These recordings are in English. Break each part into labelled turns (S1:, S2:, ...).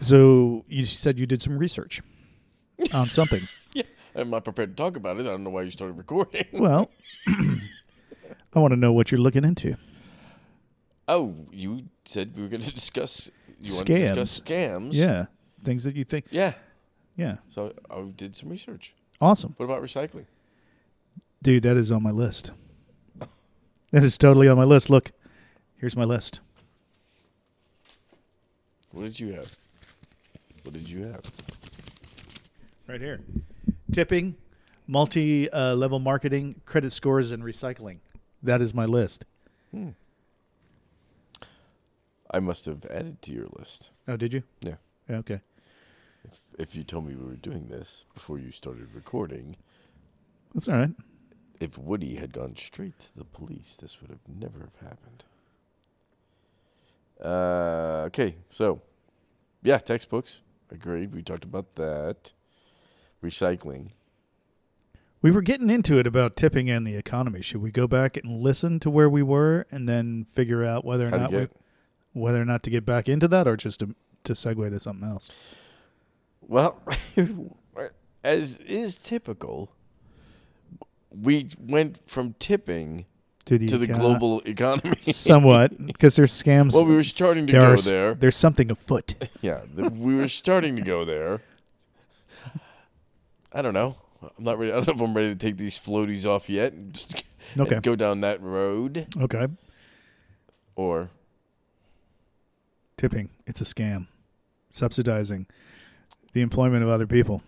S1: So you said you did some research on something.
S2: I'm not prepared to talk about it. I don't know why you started recording.
S1: well, I want to know what you're looking into.
S2: Oh, you said we were going to discuss. You want to discuss scams?
S1: Yeah, things that you think.
S2: Yeah.
S1: Yeah,
S2: So I did some research.
S1: awesome,
S2: What about recycling?
S1: dude. That is on my list. That is totally on my list. Look, here's my list.
S2: What did you have? What did you have?
S1: Right here. Tipping, multi uh, level marketing, credit scores, and recycling. That is my list.
S2: I must have added to your list.
S1: Oh, did you?
S2: Yeah.
S1: Yeah, Okay.
S2: If you told me we were doing this before you started recording,
S1: That's all right.
S2: if Woody had gone straight to the police, this would have never have happened. Uh, okay, so yeah, textbooks. Agreed. We talked about that. Recycling.
S1: We were getting into it about tipping and the economy. Should we go back and listen to where we were and then figure out whether or
S2: How to
S1: not
S2: get
S1: we, whether or not to get back into that or just to to segue to something else?
S2: Well, as is typical, we went from tipping
S1: To the
S2: to the
S1: econo-
S2: global economy.
S1: somewhat because there's scams.
S2: well, we were starting to
S1: there
S2: go
S1: are, s-
S2: there.
S1: There's something afoot.
S2: Yeah, th- we were starting to go there. I don't know. I'm not ready. I don't know if I'm ready to take these floaties off yet and just and
S1: Okay.
S2: go down that road
S1: Okay.
S2: or
S1: Tipping. It's a scam. Subsidizing the employment of other people.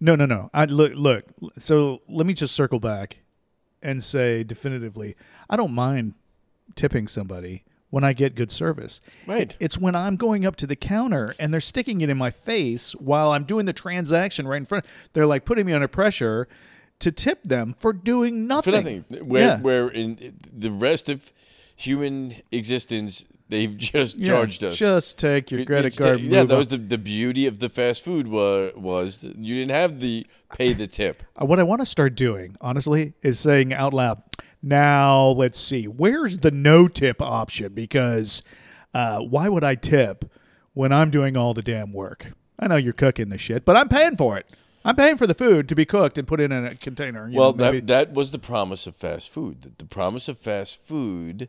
S1: No, no, no. I look look. So let me just circle back and say definitively, I don't mind tipping somebody when I get good service.
S2: right.
S1: It's when I'm going up to the counter and they're sticking it in my face while I'm doing the transaction right in front. They're like putting me under pressure to tip them for doing
S2: For
S1: nothing.
S2: nothing. Where,
S1: Yeah.
S2: where in the rest of human existence, they've just
S1: Yeah,
S2: charged us.
S1: Just take your
S2: It-
S1: credit
S2: it's-
S1: card.
S2: Yeah,
S1: move
S2: that was
S1: on.
S2: the, the beauty of the fast food was was that you didn't have the pay the tip.
S1: Uh, what I want to start doing, honestly, is saying out loud. Now let's see. Where's the no tip option? Because uh, why would I tip when I'm doing all the damn work? I know you're cooking the shit, but I'm paying for it. I'm paying for the food to be cooked and put in a container. you
S2: Well,
S1: know, maybe-
S2: that that was the promise of fast food. That the promise of fast food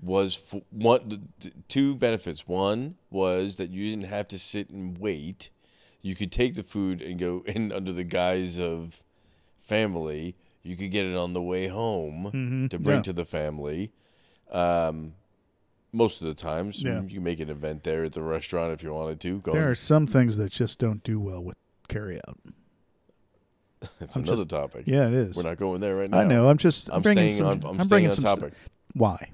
S2: was for one th- th- two benefits. One was that you didn't have to sit and wait. You could take the food and go in under the guise of family. You could get it on the way home to bring
S1: Mm-hmm. yeah.
S2: to the family. Um, most of the times,
S1: Yeah.
S2: you can make an event there at the restaurant if you wanted to. Go
S1: There
S2: and
S1: are some things that just don't do well with carryout.
S2: That's
S1: I'm
S2: another
S1: just-
S2: topic.
S1: Yeah, it is.
S2: We're not going there right now.
S1: I know. I'm just.
S2: I'm
S1: bringing
S2: staying
S1: some,
S2: on.
S1: bringing
S2: I'm, staying on
S1: some
S2: topic.
S1: Why?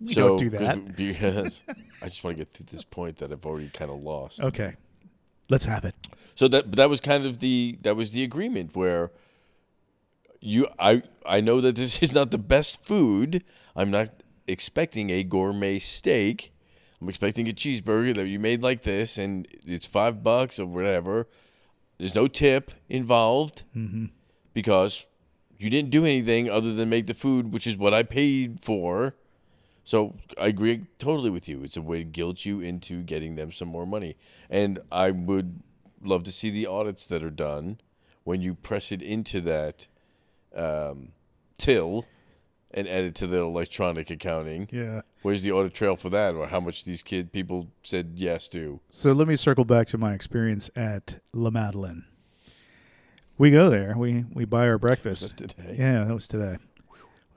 S2: We
S1: don't do that.
S2: because I just want to get through this point that I've already kind of lost.
S1: Okay, let's have it.
S2: So that but that was kind of the that was the agreement where you I I know that this is not the best food. I'm not expecting a gourmet steak. I'm expecting a cheeseburger that you made like this, and it's five bucks or whatever. There's no tip involved
S1: Mm-hmm.
S2: because you didn't do anything other than make the food, which is what I paid for. So I agree totally with you. It's a way to guilt you into getting them some more money. And I would love to see the audits that are done when you press it into that um, till and add it to the electronic accounting.
S1: Yeah.
S2: Where's the audit trail for that, or how much these kid people said yes to?
S1: So let me circle back to my experience at La Madeleine. We go there. We we buy our breakfast.
S2: today?
S1: Yeah, that was today.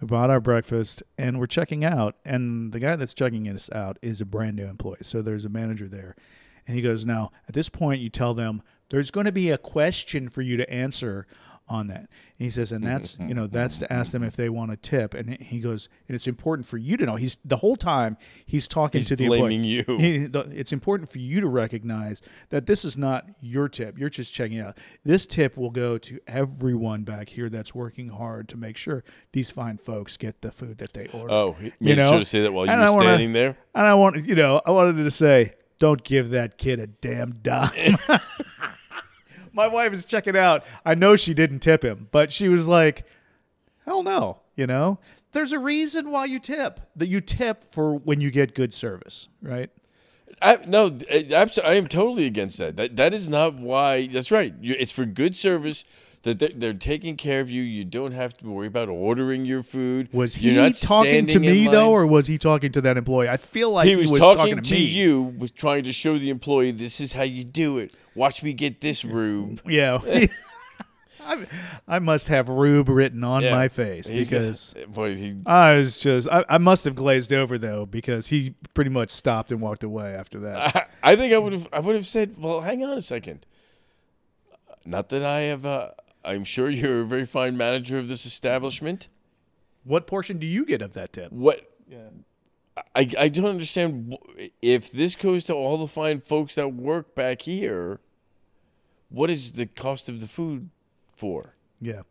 S1: We bought our breakfast and we're checking out, and the guy that's checking us out is a brand new employee. So there's a manager there, and he goes, "Now at this point, you tell them there's going to be a question for you to answer on that. And he says,
S2: Mm-hmm.
S1: and that's you know that's to ask them if they want a tip. And he goes, and it's important for you to know. He's the whole time he's talking to the
S2: blaming
S1: employee.
S2: you.
S1: He- the- it's important for you to recognize that this is not your tip. You're just checking out. This tip will go to everyone back here that's working hard to make sure these fine folks get the food that they order.
S2: Oh, he made sure to say that while you
S1: And
S2: were
S1: I wanna-
S2: standing there?
S1: And I want you know, I wanted to say, don't give that kid a damn dime. My wife is checking out. I know she didn't tip him, but she was like, hell no, you know? There's a reason why you tip. That you tip for when you get good service, right?
S2: I, no, I, abso- I am totally against that. That that is not why. That's right. You, it's for good service. That they're, they're taking care of you. You don't have to worry about ordering your food.
S1: Was
S2: You're
S1: he
S2: not
S1: talking to
S2: standing in
S1: me
S2: line.
S1: though, or was he talking to that employee? I feel like
S2: he was, talking,
S1: to,
S2: to,
S1: me.
S2: you, with trying to show the employee this is how you do it. Watch me get this rube.
S1: Yeah. I, I must have Rube written on
S2: Yeah.
S1: my face
S2: He-
S1: because
S2: boy, he,
S1: I was just I, I must have glazed over though because he pretty much stopped and walked away after that.
S2: I, I think I would have. I would have said, "Well, hang on a second. Not that I have. Uh, I'm sure you're a very fine manager of this establishment.
S1: What portion do you get of that tip?
S2: What? I I don't understand wh- if this goes to all the fine folks that work back here. What is the cost of the food for?
S1: Yeah.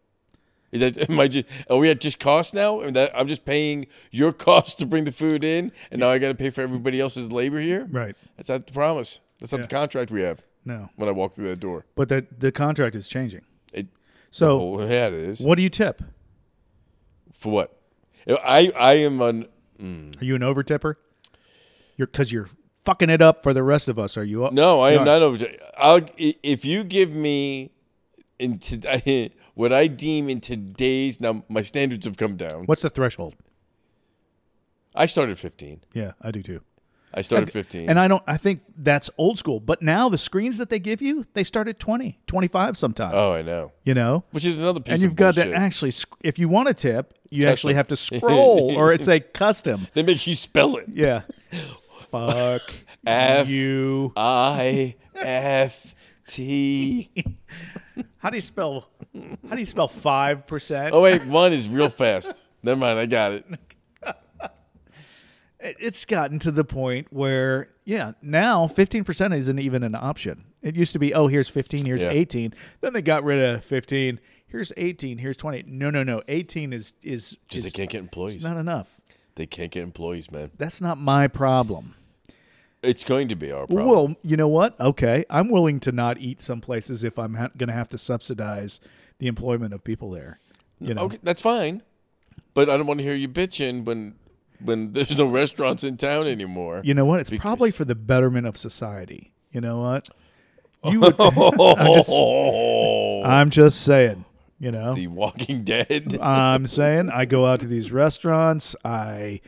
S2: Is that am I just are we at just cost now? And that I'm just paying your cost to bring the food in, and now I got to pay for everybody else's labor here.
S1: Right.
S2: That's not the promise. That's not the contract we have.
S1: No.
S2: When I walk through that door,
S1: But that the contract is changing.
S2: it.
S1: So
S2: Oh, yeah, it is.
S1: what do you tip?
S2: For what? I I am an
S1: Are you an over tipper? You're cuz you're fucking it up for the rest of us. Are you up?
S2: no. I
S1: You
S2: am
S1: are.
S2: not over. I'll i- if you give me in today what I deem in today's now my standards have come down.
S1: What's the threshold?
S2: I started fifteen.
S1: Yeah, I do too.
S2: I started fifteen.
S1: And I don't I think that's old school, but now the screens that they give you, they start at 20, 25 sometimes,
S2: oh, I know.
S1: you know?
S2: Which is another piece.
S1: and
S2: of
S1: you've got to
S2: bullshit.
S1: actually sc- if you want a tip, you actually
S2: Custom.
S1: have to scroll or it's a custom.
S2: They make you spell it.
S1: Yeah. Fuck
S2: F.
S1: you.
S2: I F T.
S1: How do you spell? How do you spell five percent?
S2: Oh wait, one is real fast. Never mind, I got it.
S1: It's gotten to the point where yeah, now fifteen percent isn't even an option. It used to be oh here's fifteen, here's
S2: Yeah.
S1: eighteen. Then they got rid of fifteen. Here's eighteen, here's twenty. No, no, no. Eighteen is is
S2: Because
S1: is
S2: they can't get employees.
S1: not enough.
S2: They can't get employees, man.
S1: That's not my problem.
S2: It's going to be our problem.
S1: Well, you know what? Okay, I'm willing to not eat some places if I'm ha- going to have to subsidize the employment of people there. You know,
S2: Okay, that's fine. But I don't want to hear you bitching when when there's no restaurants in town anymore.
S1: You know what? It's
S2: Because-
S1: probably for the betterment of society. You know what? You would, I'm, just,
S2: oh,
S1: I'm just saying. You know,
S2: The Walking Dead.
S1: I'm saying I go out to these restaurants. I,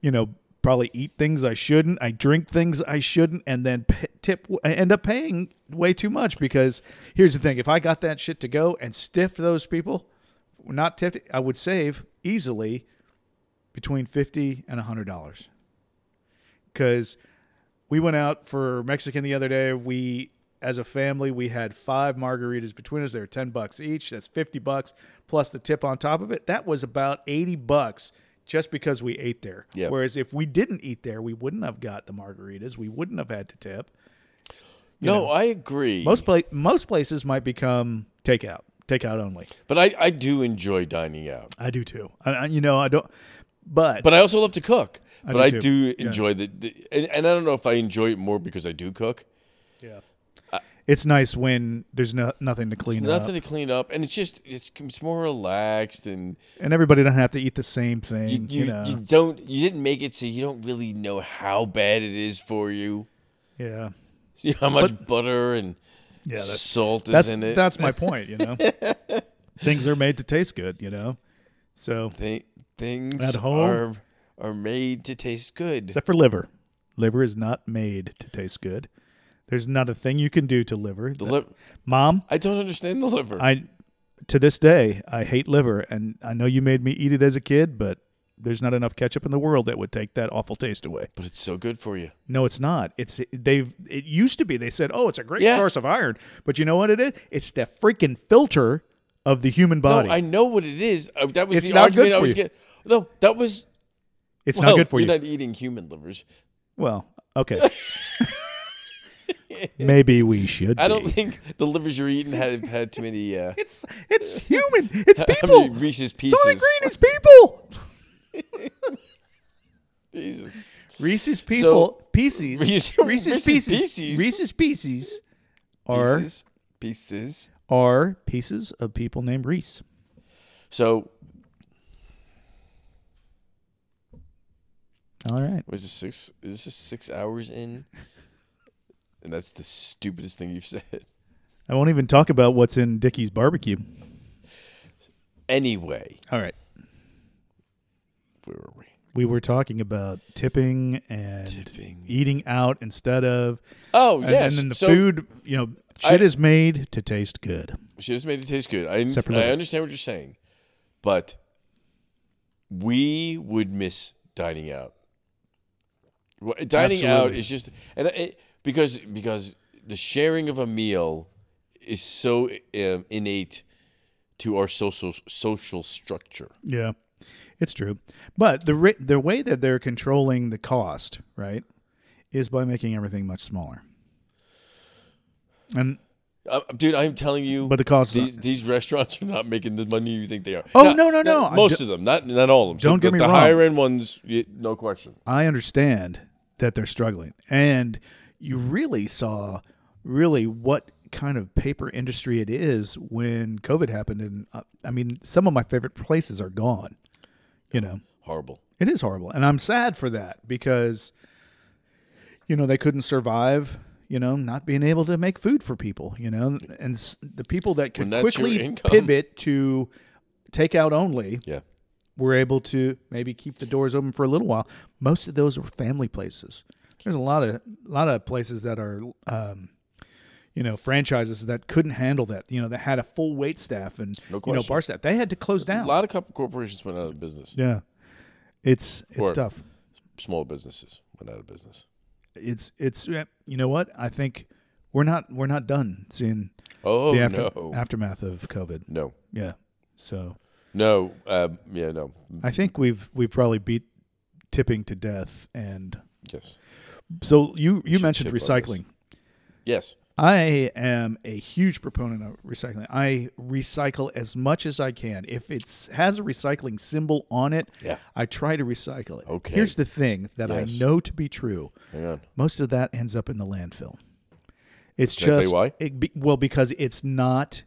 S1: you know, probably eat things I shouldn't. I drink things I shouldn't, and then p- tip. I end up paying way too much because here's the thing: if I got that shit to go and stiff those people, not tipped, I would save easily between fifty and hundred dollars. Because we went out for Mexican the other day. We, as a family, we had five margaritas between us. They were ten bucks each. That's fifty bucks plus the tip on top of it. That was about eighty bucks just because we ate there.
S2: Yeah.
S1: Whereas if we didn't eat there, we wouldn't have got the margaritas. We wouldn't have had to tip.
S2: no, I agree.
S1: Most pla- most places might become takeout, takeout only.
S2: but I, I do enjoy dining out.
S1: I do too. I, I, you know, I don't. But,
S2: But I also love to cook. but I
S1: do
S2: do
S1: too. Yeah.
S2: enjoy the, the and, and I don't know if I enjoy it more because I do cook.
S1: it's nice when there's no, nothing to clean up,
S2: Nothing to clean up, and it's just it's it's more relaxed, and
S1: and everybody don't have to eat the same thing.
S2: you
S1: Mm, You,
S2: you,
S1: know,
S2: you don't you didn't make it, so you don't really know how bad it is for you.
S1: yeah,
S2: See how much butter and
S1: yeah. That's
S2: salt is
S1: that's
S2: in it.
S1: that's my point. You know, things are made to taste good. You know, so
S2: Thi- things
S1: At home?
S2: are are made to taste good.
S1: except for liver, liver is not made to taste good. There's not a thing you can do to liver.
S2: The liver.
S1: Mom,
S2: I don't understand the liver.
S1: I to this day I hate liver, and I know you made me eat it as a kid, but there's not enough ketchup in the world that would take that awful taste away.
S2: but it's so good for you.
S1: No, it's not. It's they've. It used to be. They said, "Oh, it's a great
S2: Yeah.
S1: source of iron," but you know what it is? It's the freaking filter of the human
S2: No,
S1: body.
S2: I know what it is. Uh, That was
S1: It's
S2: the
S1: not
S2: argument
S1: good
S2: I
S1: for
S2: was
S1: you.
S2: getting. No, that was.
S1: it's
S2: well,
S1: not good for you.
S2: You're not eating human livers.
S1: well, okay. Maybe we should.
S2: I don't
S1: be.
S2: think the livers you're eating have had too many. Uh,
S1: It's it's human. It's
S2: how
S1: people.
S2: many Reese's
S1: It's only
S2: Pieces.
S1: green is people.
S2: Jesus.
S1: Reese's people pieces. Reese's,
S2: Reese- Reese's
S1: pieces.
S2: Pieces.
S1: Reese's pieces are
S2: pieces, pieces.
S1: are pieces of people named Reese.
S2: So
S1: All right.
S2: was this six? Is this just six hours in? And that's the stupidest thing you've said.
S1: I won't even talk about what's in Dickie's barbecue.
S2: Anyway,
S1: All right.
S2: where were we?
S1: We were talking about tipping and
S2: Tipping.
S1: eating out instead of
S2: Oh
S1: and,
S2: yes.
S1: and then the
S2: so
S1: food, you know, shit
S2: I-
S1: is made to taste good.
S2: She just made it taste good. I,
S1: Except for
S2: I
S1: liver.
S2: understand what you're saying, but we would miss dining out. Wha- Dining out
S1: Absolutely.
S2: is just and it, because because the sharing of a meal is so um, innate to our social social structure.
S1: Yeah. It's true. But the ri- the way that they're controlling the cost, right, is by making everything much smaller. And
S2: Uh, dude, I'm telling you,
S1: But the cost-
S2: these, these restaurants are not making the money you think they are.
S1: Oh,
S2: Not-
S1: no, no,
S2: not
S1: no. I
S2: Most
S1: do-
S2: of them, not not all of them. So
S1: Don't get
S2: the,
S1: me
S2: the
S1: wrong.
S2: higher end ones, y- no question.
S1: I understand that they're struggling. And you really saw really what kind of paper industry it is when COVID happened and uh, I mean some of my favorite places are gone. You know.
S2: Horrible.
S1: It is horrible. And I'm sad for that because, you know, they couldn't survive, you know, not being able to make food for people, you know, and s- the people that could
S2: When that's your
S1: quickly
S2: income.
S1: pivot to takeout only
S2: Yeah.
S1: were able to maybe keep the doors open for a little while. Most of those were family places. There's a lot of lot of places that are, um, you know, franchises that couldn't handle that. You know, that had a full wait staff and you know
S2: question.
S1: bar staff. They had to close
S2: A
S1: down.
S2: lot of couple corporations went out of business.
S1: yeah, it's it's
S2: Or-
S1: tough.
S2: Small businesses went out of business.
S1: it's it's uh, you know what I think we're not we're not done seeing
S2: Oh
S1: the after,
S2: no,
S1: aftermath of COVID.
S2: no,
S1: Yeah, so
S2: no. Um, yeah, no.
S1: I think we've we've probably beat tipping to death. And
S2: Yes,
S1: so you you
S2: should
S1: mentioned
S2: tip on this.
S1: recycling.
S2: yes.
S1: I am a huge proponent of recycling. I recycle as much as I can. If it has a recycling symbol on it,
S2: Yeah.
S1: I try to recycle it.
S2: Okay.
S1: Here's the thing that I
S2: Yes.
S1: know to be true.
S2: Hang on.
S1: most of that ends up in the landfill. It's
S2: Can I
S1: just
S2: tell you why?
S1: It be, well because it's not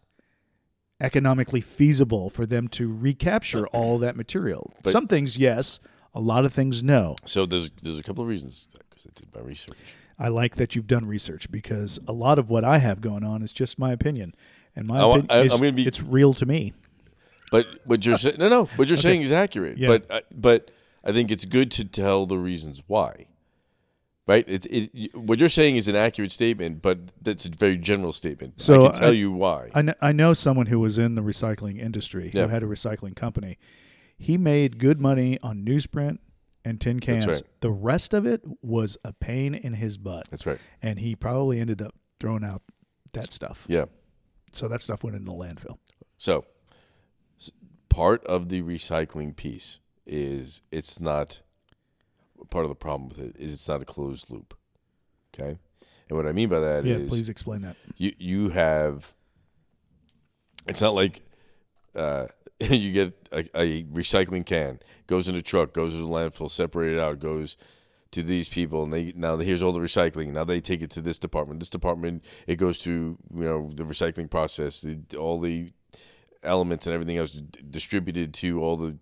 S1: economically feasible for them to recapture all that material.
S2: But-
S1: Some things yes, a lot of things no.
S2: So there's there's a couple of reasons because I did my research.
S1: I like that you've done research because a lot of what I have going on is just my opinion, and my
S2: Oh, I-
S1: opinion
S2: I-
S1: is
S2: I'm gonna be-
S1: it's real to me.
S2: But what you're saying, no, no. What you're saying is accurate.
S1: Yeah.
S2: But I but I think it's good to tell the reasons why. Right. It, it y- what you're saying is an accurate statement, but that's a very general statement.
S1: So
S2: I can tell
S1: I-
S2: you why.
S1: I know, I know someone who was in the recycling industry
S2: Yeah.
S1: who had a recycling company. He made good money on newsprint and tin cans.
S2: right.
S1: The rest of it was a pain in his butt.
S2: that's right.
S1: and he probably ended up throwing out that stuff.
S2: Yeah.
S1: So that stuff went into the landfill.
S2: So, s- part of the recycling piece is it's not part of the problem with it is it's not a closed loop. Okay, and what I mean by that is
S1: yeah, please explain that.
S2: you you have it's not like uh, you get a, a recycling can goes in a truck goes to the landfill separated out goes to these people and they now here's all the recycling now they take it to this department this department it goes to you know the recycling process the, all the elements and everything else d- distributed to all the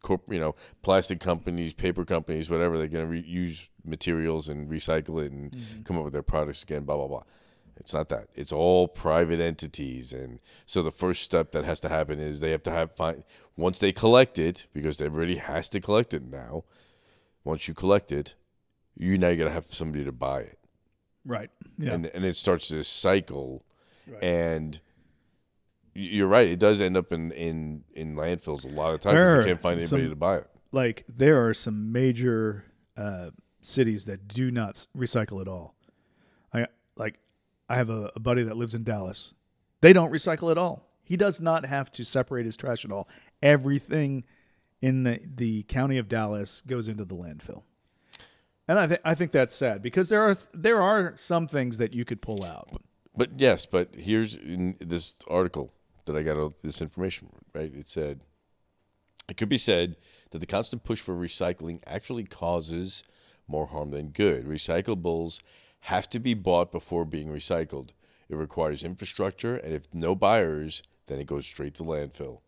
S2: corp you know plastic companies paper companies whatever they're going to reuse materials and recycle it and come up with their products again blah blah blah it's not that. It's all private entities, and so the first step that has to happen is they have to have find once they collect it because everybody has to collect it now. Once you collect it, you now got to have somebody to buy it,
S1: Right. Yeah.
S2: and and it starts this cycle,
S1: Right.
S2: and y- you're right. It does end up in in in landfills a lot of times. 'cause
S1: There
S2: They can't
S1: are
S2: find anybody
S1: some-
S2: to buy it.
S1: like there are some major uh, cities that do not s- recycle at all. I like I have a, a buddy that lives in Dallas. They don't recycle at all. He does not have to separate his trash at all. Everything in the, the county of Dallas goes into the landfill. And I, th- I think that's sad because there are there are some things that you could pull out.
S2: But yes, but here's in this article that I got all this information from, right. It said it could be said that the constant push for recycling actually causes more harm than good. Recyclables have to be bought before being recycled. It requires infrastructure, and if no buyers, then it goes straight to landfill.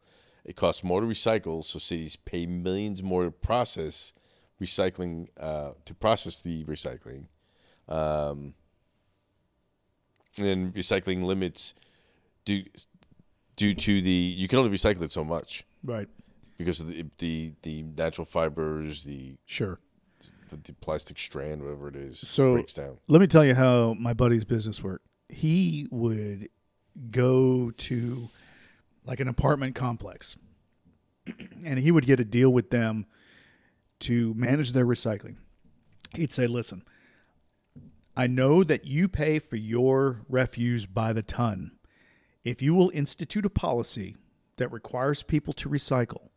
S2: It costs more to recycle, so cities pay millions more to process recycling uh, to process the recycling. Um, and then recycling limits due due to the you can only recycle it so much
S1: Right.
S2: because of the the, the natural fibers, the
S1: Sure.
S2: the plastic strand, whatever it is,
S1: So-
S2: breaks down.
S1: Let me tell you how my buddy's business worked. He would go to like an apartment complex and he would get a deal with them to manage their recycling. He'd say, Listen, I know that you pay for your refuse by the ton. If you will institute a policy that requires people to recycle,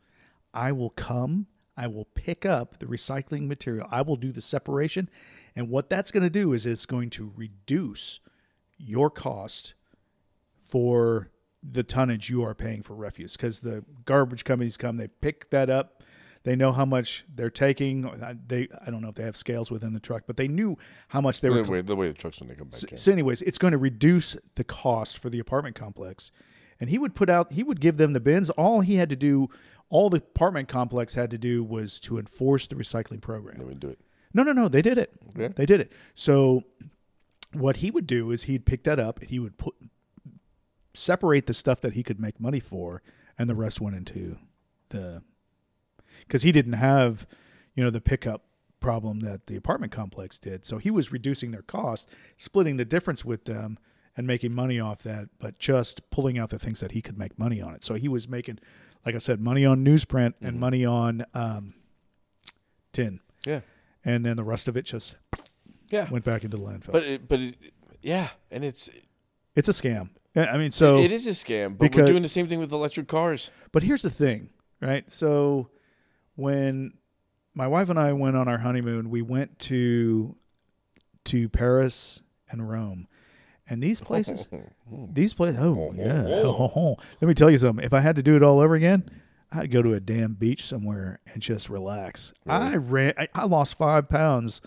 S1: I will come, I will pick up the recycling material, I will do the separation. And what that's going to do is it's going to reduce your cost for the tonnage you are paying for refuse because the garbage companies come, they pick that up. They know how much they're taking. I- They, I don't know if they have scales within the truck, but they knew how much they were
S2: The way, the way the trucks when they come back in.
S1: so, anyways, it's going to reduce the cost for the apartment complex. And he would put out, he would give them the bins. All he had to do, all the apartment complex had to do was to enforce the recycling
S2: They
S1: program.
S2: would do it.
S1: No, no, no, they did it.
S2: Yeah.
S1: They did it. So, what he would do is he'd pick that up and he would put, separate the stuff that he could make money for, and the rest went into the, because he didn't have, you know, the pickup problem that the apartment complex did. So he was reducing their cost, splitting the difference with them, and making money off that, but just pulling out the things that he could make money on it. So he was making, like I said, money on newsprint and money on um, tin,
S2: Yeah,
S1: and then the rest of it just
S2: yeah.
S1: went back into the landfill.
S2: But it, but it, yeah, and it's
S1: it's a scam. I I mean, so
S2: it is a scam. But we're
S1: because-
S2: doing the same thing with electric cars.
S1: But here's the thing, right? So when my wife and I went on our honeymoon, we went to to Paris and Rome. And these places these places oh yeah. Let me tell you something. If I had to do it all over again, I'd go to a damn beach somewhere and just relax. I ran I, I lost five pounds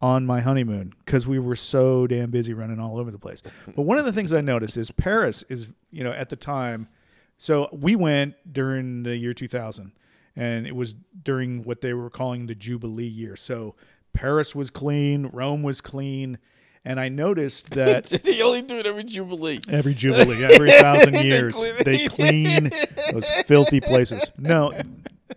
S1: on my honeymoon because we were so damn busy running all over the place. But one of the things I noticed is Paris is, you know, at the time, so we went during the year 2000, and it was during what they were calling the Jubilee year. So Paris was clean, Rome was clean, and I noticed that
S2: they only do it every jubilee.
S1: every Jubilee, every thousand years,
S2: clean-
S1: they clean those filthy places. No,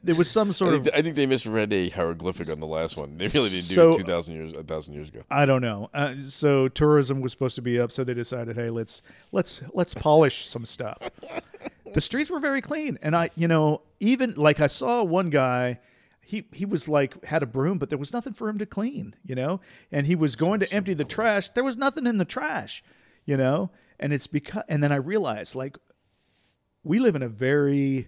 S1: there was some
S2: I
S1: sort of
S2: think, I think they misread a hieroglyphic on the last one. They really didn't do
S1: So-
S2: it two thousand years, a thousand years ago.
S1: I don't know. Uh, so tourism was supposed to be up, so they decided, hey, let's let's let's polish some stuff. the streets were very clean, and I, you know, even like I saw one guy, he he was like had a broom, but there was nothing for him to clean, you know, and he was going to empty the trash. There was nothing in the trash, you know, and it's because, and then I realized like we live in a very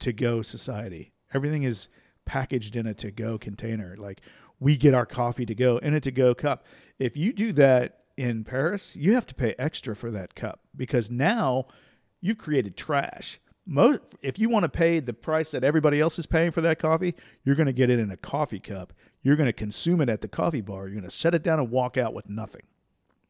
S1: to go society. Everything is packaged in a to go container. Like we get our coffee to go in a to go cup. If you do that in Paris, you have to pay extra for that cup because now you've created trash. Most, if you want to pay the price that everybody else is paying for that coffee, you're going to get it in a coffee cup. You're going to consume it at the coffee bar. You're going to set it down and walk out with nothing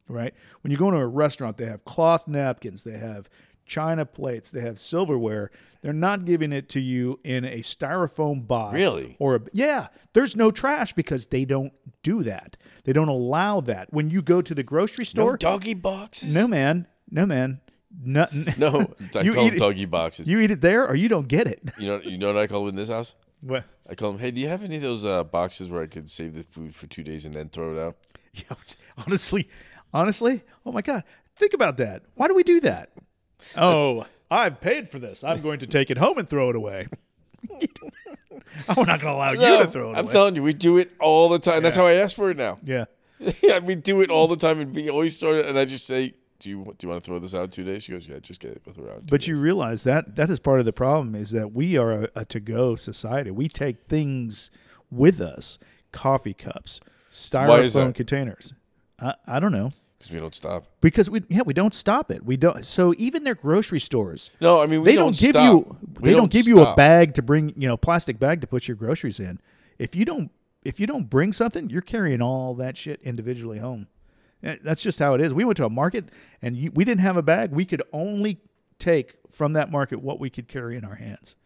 S1: right? When you go into a restaurant, they have cloth napkins, they have china plates, they have silverware. They're not giving it to you in a styrofoam box.
S2: Really?
S1: Or a, yeah, there's no trash because they don't do that. They don't allow that. When you go to the grocery
S2: No
S1: store,
S2: doggy boxes.
S1: no, man, no man, nothing.
S2: no. I
S1: You
S2: call
S1: eat
S2: them
S1: it-
S2: doggy boxes. You,
S1: you eat it there or you don't get it.
S2: know, you know what I call them in this house?
S1: What?
S2: I call them. Hey, do you have any of those uh, boxes where I could save the food for two days and then throw it out?
S1: Yeah, honestly, honestly, oh my God, think about that. Why do we do that? Oh, I've paid for this. I'm going to take it home and throw it away. I'm not going to allow you to throw it
S2: I'm
S1: away.
S2: telling you, we do it all the time. That's how I ask for it now.
S1: yeah.
S2: Yeah, we do it all the time, and we always start it. And I just say, do you do you want to throw this out two days? She goes, yeah, just get it. Go throw it out. in two
S1: But you
S2: days."
S1: realize that that is part of the problem is that we are a, a to-go society. We take things with us: coffee cups,
S2: is
S1: styrofoam
S2: that?
S1: containers. I, I don't know
S2: because we don't stop.
S1: because we yeah we don't stop it. We don't. So even their grocery stores,
S2: No, I mean we
S1: they don't, give
S2: stop.
S1: you
S2: We
S1: they don't, give you a
S2: stop.
S1: bag to bring you know plastic bag to put your groceries in. If you don't if you don't bring something, you're carrying all that shit individually home. Eh, That's just how it is. We went to a market and you, we didn't have a bag. We could only take from that market what we could carry in our hands.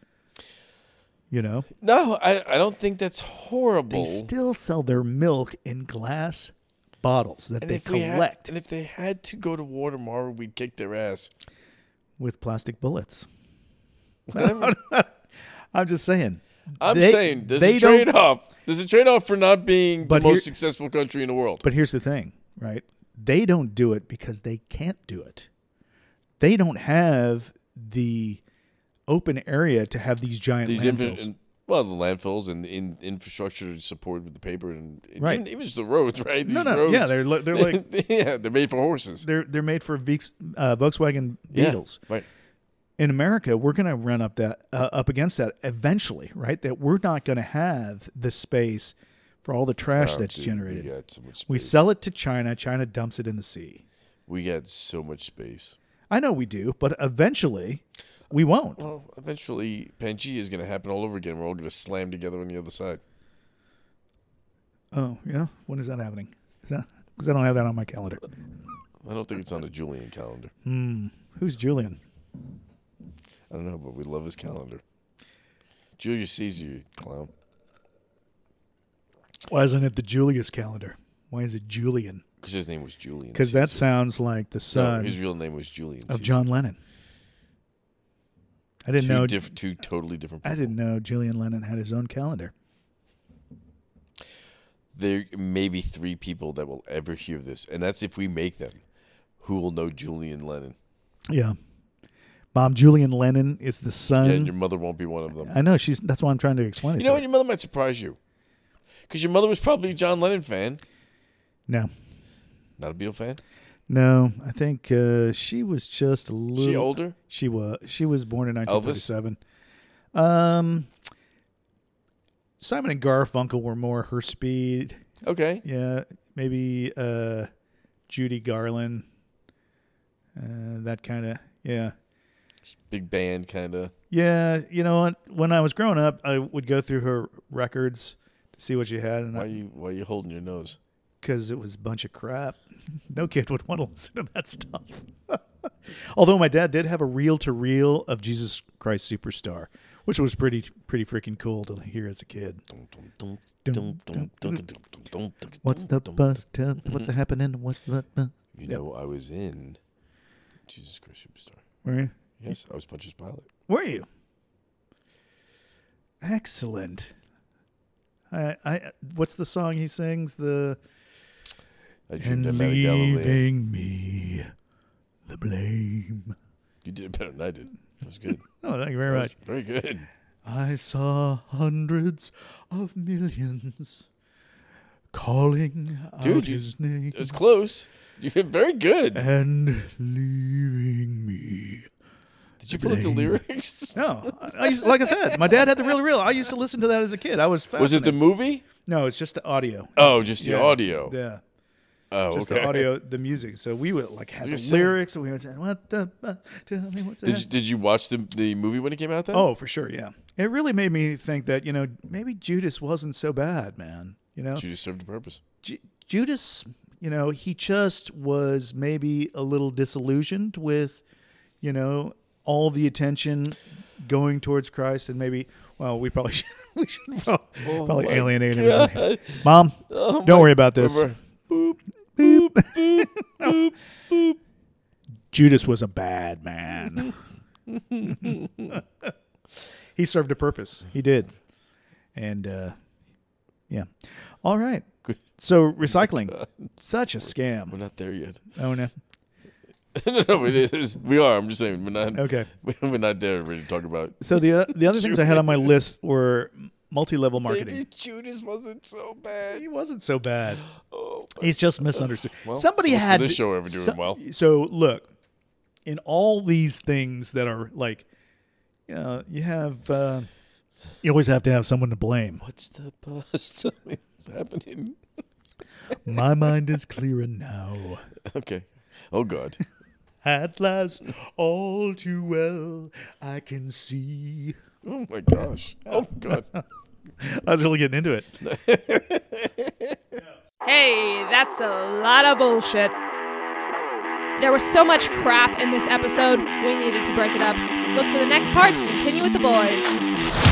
S1: You know,
S2: No, I, I don't think that's horrible.
S1: they still sell their milk in glass bottles that
S2: and
S1: they
S2: if we had-
S1: collect
S2: and if they had to go to war tomorrow, we'd kick their ass.
S1: with plastic bullets.
S2: Whatever.
S1: I'm just saying.
S2: I'm
S1: They-
S2: saying there's
S1: they
S2: a
S1: don't-
S2: trade off. There's a trade off for not being the
S1: But
S2: most
S1: here-
S2: successful country in the world.
S1: But here's the thing, right? They don't do it because they can't do it. They don't have the open area to have these giant
S2: These
S1: landfills.
S2: infra- and- well, the landfills and the in, infrastructure to support with the paper and and
S1: Right.
S2: even, even just the roads, right?
S1: no,
S2: These
S1: no,
S2: roads,
S1: yeah, they're li- they're like
S2: yeah, they're made for horses.
S1: they're they're made for Veeks, uh, Volkswagen
S2: Yeah,
S1: Beetles.
S2: right?
S1: in America, we're going to run up that uh, up against that eventually, right? That we're not going to have the space for all the trash
S2: Oh,
S1: that's
S2: dude,
S1: generated.
S2: We got so much space.
S1: we sell it to China. China dumps it in the sea.
S2: we got so much space.
S1: I know we do, but eventually, we won't.
S2: Well, eventually, Pangea is going to happen all over again. We're all going to slam together on the other side.
S1: Oh yeah, when is that happening? Is that because I don't have that on my calendar?
S2: I don't think it's on the Julian calendar.
S1: Who's Julian?
S2: I don't know, but we love his calendar. Julius Caesar, you clown.
S1: Why isn't it the Julius calendar? Why is it Julian?
S2: Because his name was Julian.
S1: Because that
S2: Caesar.
S1: sounds like the
S2: No,
S1: son
S2: his real name was Julian.
S1: of
S2: Caesar.
S1: John Lennon. I didn't
S2: Two
S1: know.
S2: different, two totally different.
S1: I
S2: People.
S1: didn't know Julian Lennon had his own calendar.
S2: There may be three people that will ever hear this, and that's if we make them, who will know Julian Lennon.
S1: Yeah, mom, Julian Lennon is the
S2: Yeah, and
S1: son.
S2: your mother won't be one of them.
S1: I know she's. That's why I'm trying to explain it.
S2: You
S1: to
S2: know what?
S1: her.
S2: Your mother might surprise you, because your mother was probably a John Lennon fan,
S1: No,
S2: not a Beatle fan.
S1: no. I think uh, she was just a little.
S2: She older.
S1: She was she was born in 1937. Um, Simon and Garfunkel were more her speed.
S2: Okay.
S1: Yeah, maybe uh, Judy Garland. Uh, that kind of yeah.
S2: Big band, kind
S1: Uh,
S2: of.
S1: Yeah, you know what? When I was growing up, I would go through her records to see what she had,
S2: Why
S1: and
S2: you Why you holding your nose?
S1: because it was a bunch of crap, no kid would want to listen to that stuff. Although my dad did have a reel-to-reel of Jesus Christ Superstar, which was pretty pretty freaking cool to hear as a kid. What's the bus? Tell, what's
S2: Mm-hmm.
S1: happening? What's the bus?
S2: You know, I was in Jesus Christ Superstar.
S1: Were you?
S2: Yes, I was Punch's pilot.
S1: Were you? Excellent. I, I, what's the song he sings? The
S2: I dreamed
S1: and
S2: of Mary Galilee.
S1: leaving me the blame.
S2: You did it better than I did. That was good.
S1: Oh, thank you very
S2: That was
S1: much.
S2: Very good.
S1: I saw hundreds of millions calling out
S2: Dude, you-
S1: his name
S2: It was close. You did very good.
S1: and leaving me.
S2: Did you pull up the lyrics?
S1: No, I, I used, like I said, my dad had the real, real. I used to listen to that as a kid. I was
S2: Was it the
S1: fascinated.
S2: movie?
S1: No, it's just the audio.
S2: Oh, just the
S1: Yeah.
S2: audio.
S1: Yeah.
S2: Oh,
S1: Just
S2: okay.
S1: the audio, the music. So we would like have
S2: You're
S1: the
S2: saying-
S1: lyrics, and we would say, "What the? fu- Tell me what's
S2: Did
S1: hap-"
S2: you, did you watch the the movie when it came out? Then
S1: Oh, for sure, yeah. It really made me think that you know maybe Judas wasn't so bad, man. You know,
S2: Judas served a purpose.
S1: Ju- Judas, you know, he just was maybe a little disillusioned with, you know, all the attention going towards Christ, and maybe well, we probably should, we should probably, probably
S2: my
S1: alienate him. out here. Mom, don't worry about this.
S2: Remember-
S1: Judas was a bad man. he served a purpose. He did. And uh, yeah. All right. So recycling, such a
S2: We're
S1: scam.
S2: not there yet.
S1: Oh no.
S2: no, no, it is. We are. I'm just saying we're not.
S1: Okay.
S2: We're not there. We're to talk about.
S1: So the uh, the other things I had on my list were multi-level marketing.
S2: Maybe Judas wasn't so bad.
S1: He wasn't so bad.
S2: Oh,
S1: He's just misunderstood. Somebody
S2: so what's
S1: had
S2: this show ever doing
S1: so-
S2: well?
S1: So look, in all these things that are like, you know, you have uh, you always have to have someone to blame.
S2: What's the bust? What's happening?
S1: My mind is clearer now.
S2: Okay. Oh God.
S1: At last, all too well, I can see.
S2: Oh my gosh. Oh God.
S1: I was really getting into it.
S3: Hey, that's a lot of bullshit. There was so much crap in this episode, we needed to break it up. Look for the next part to continue with the boys.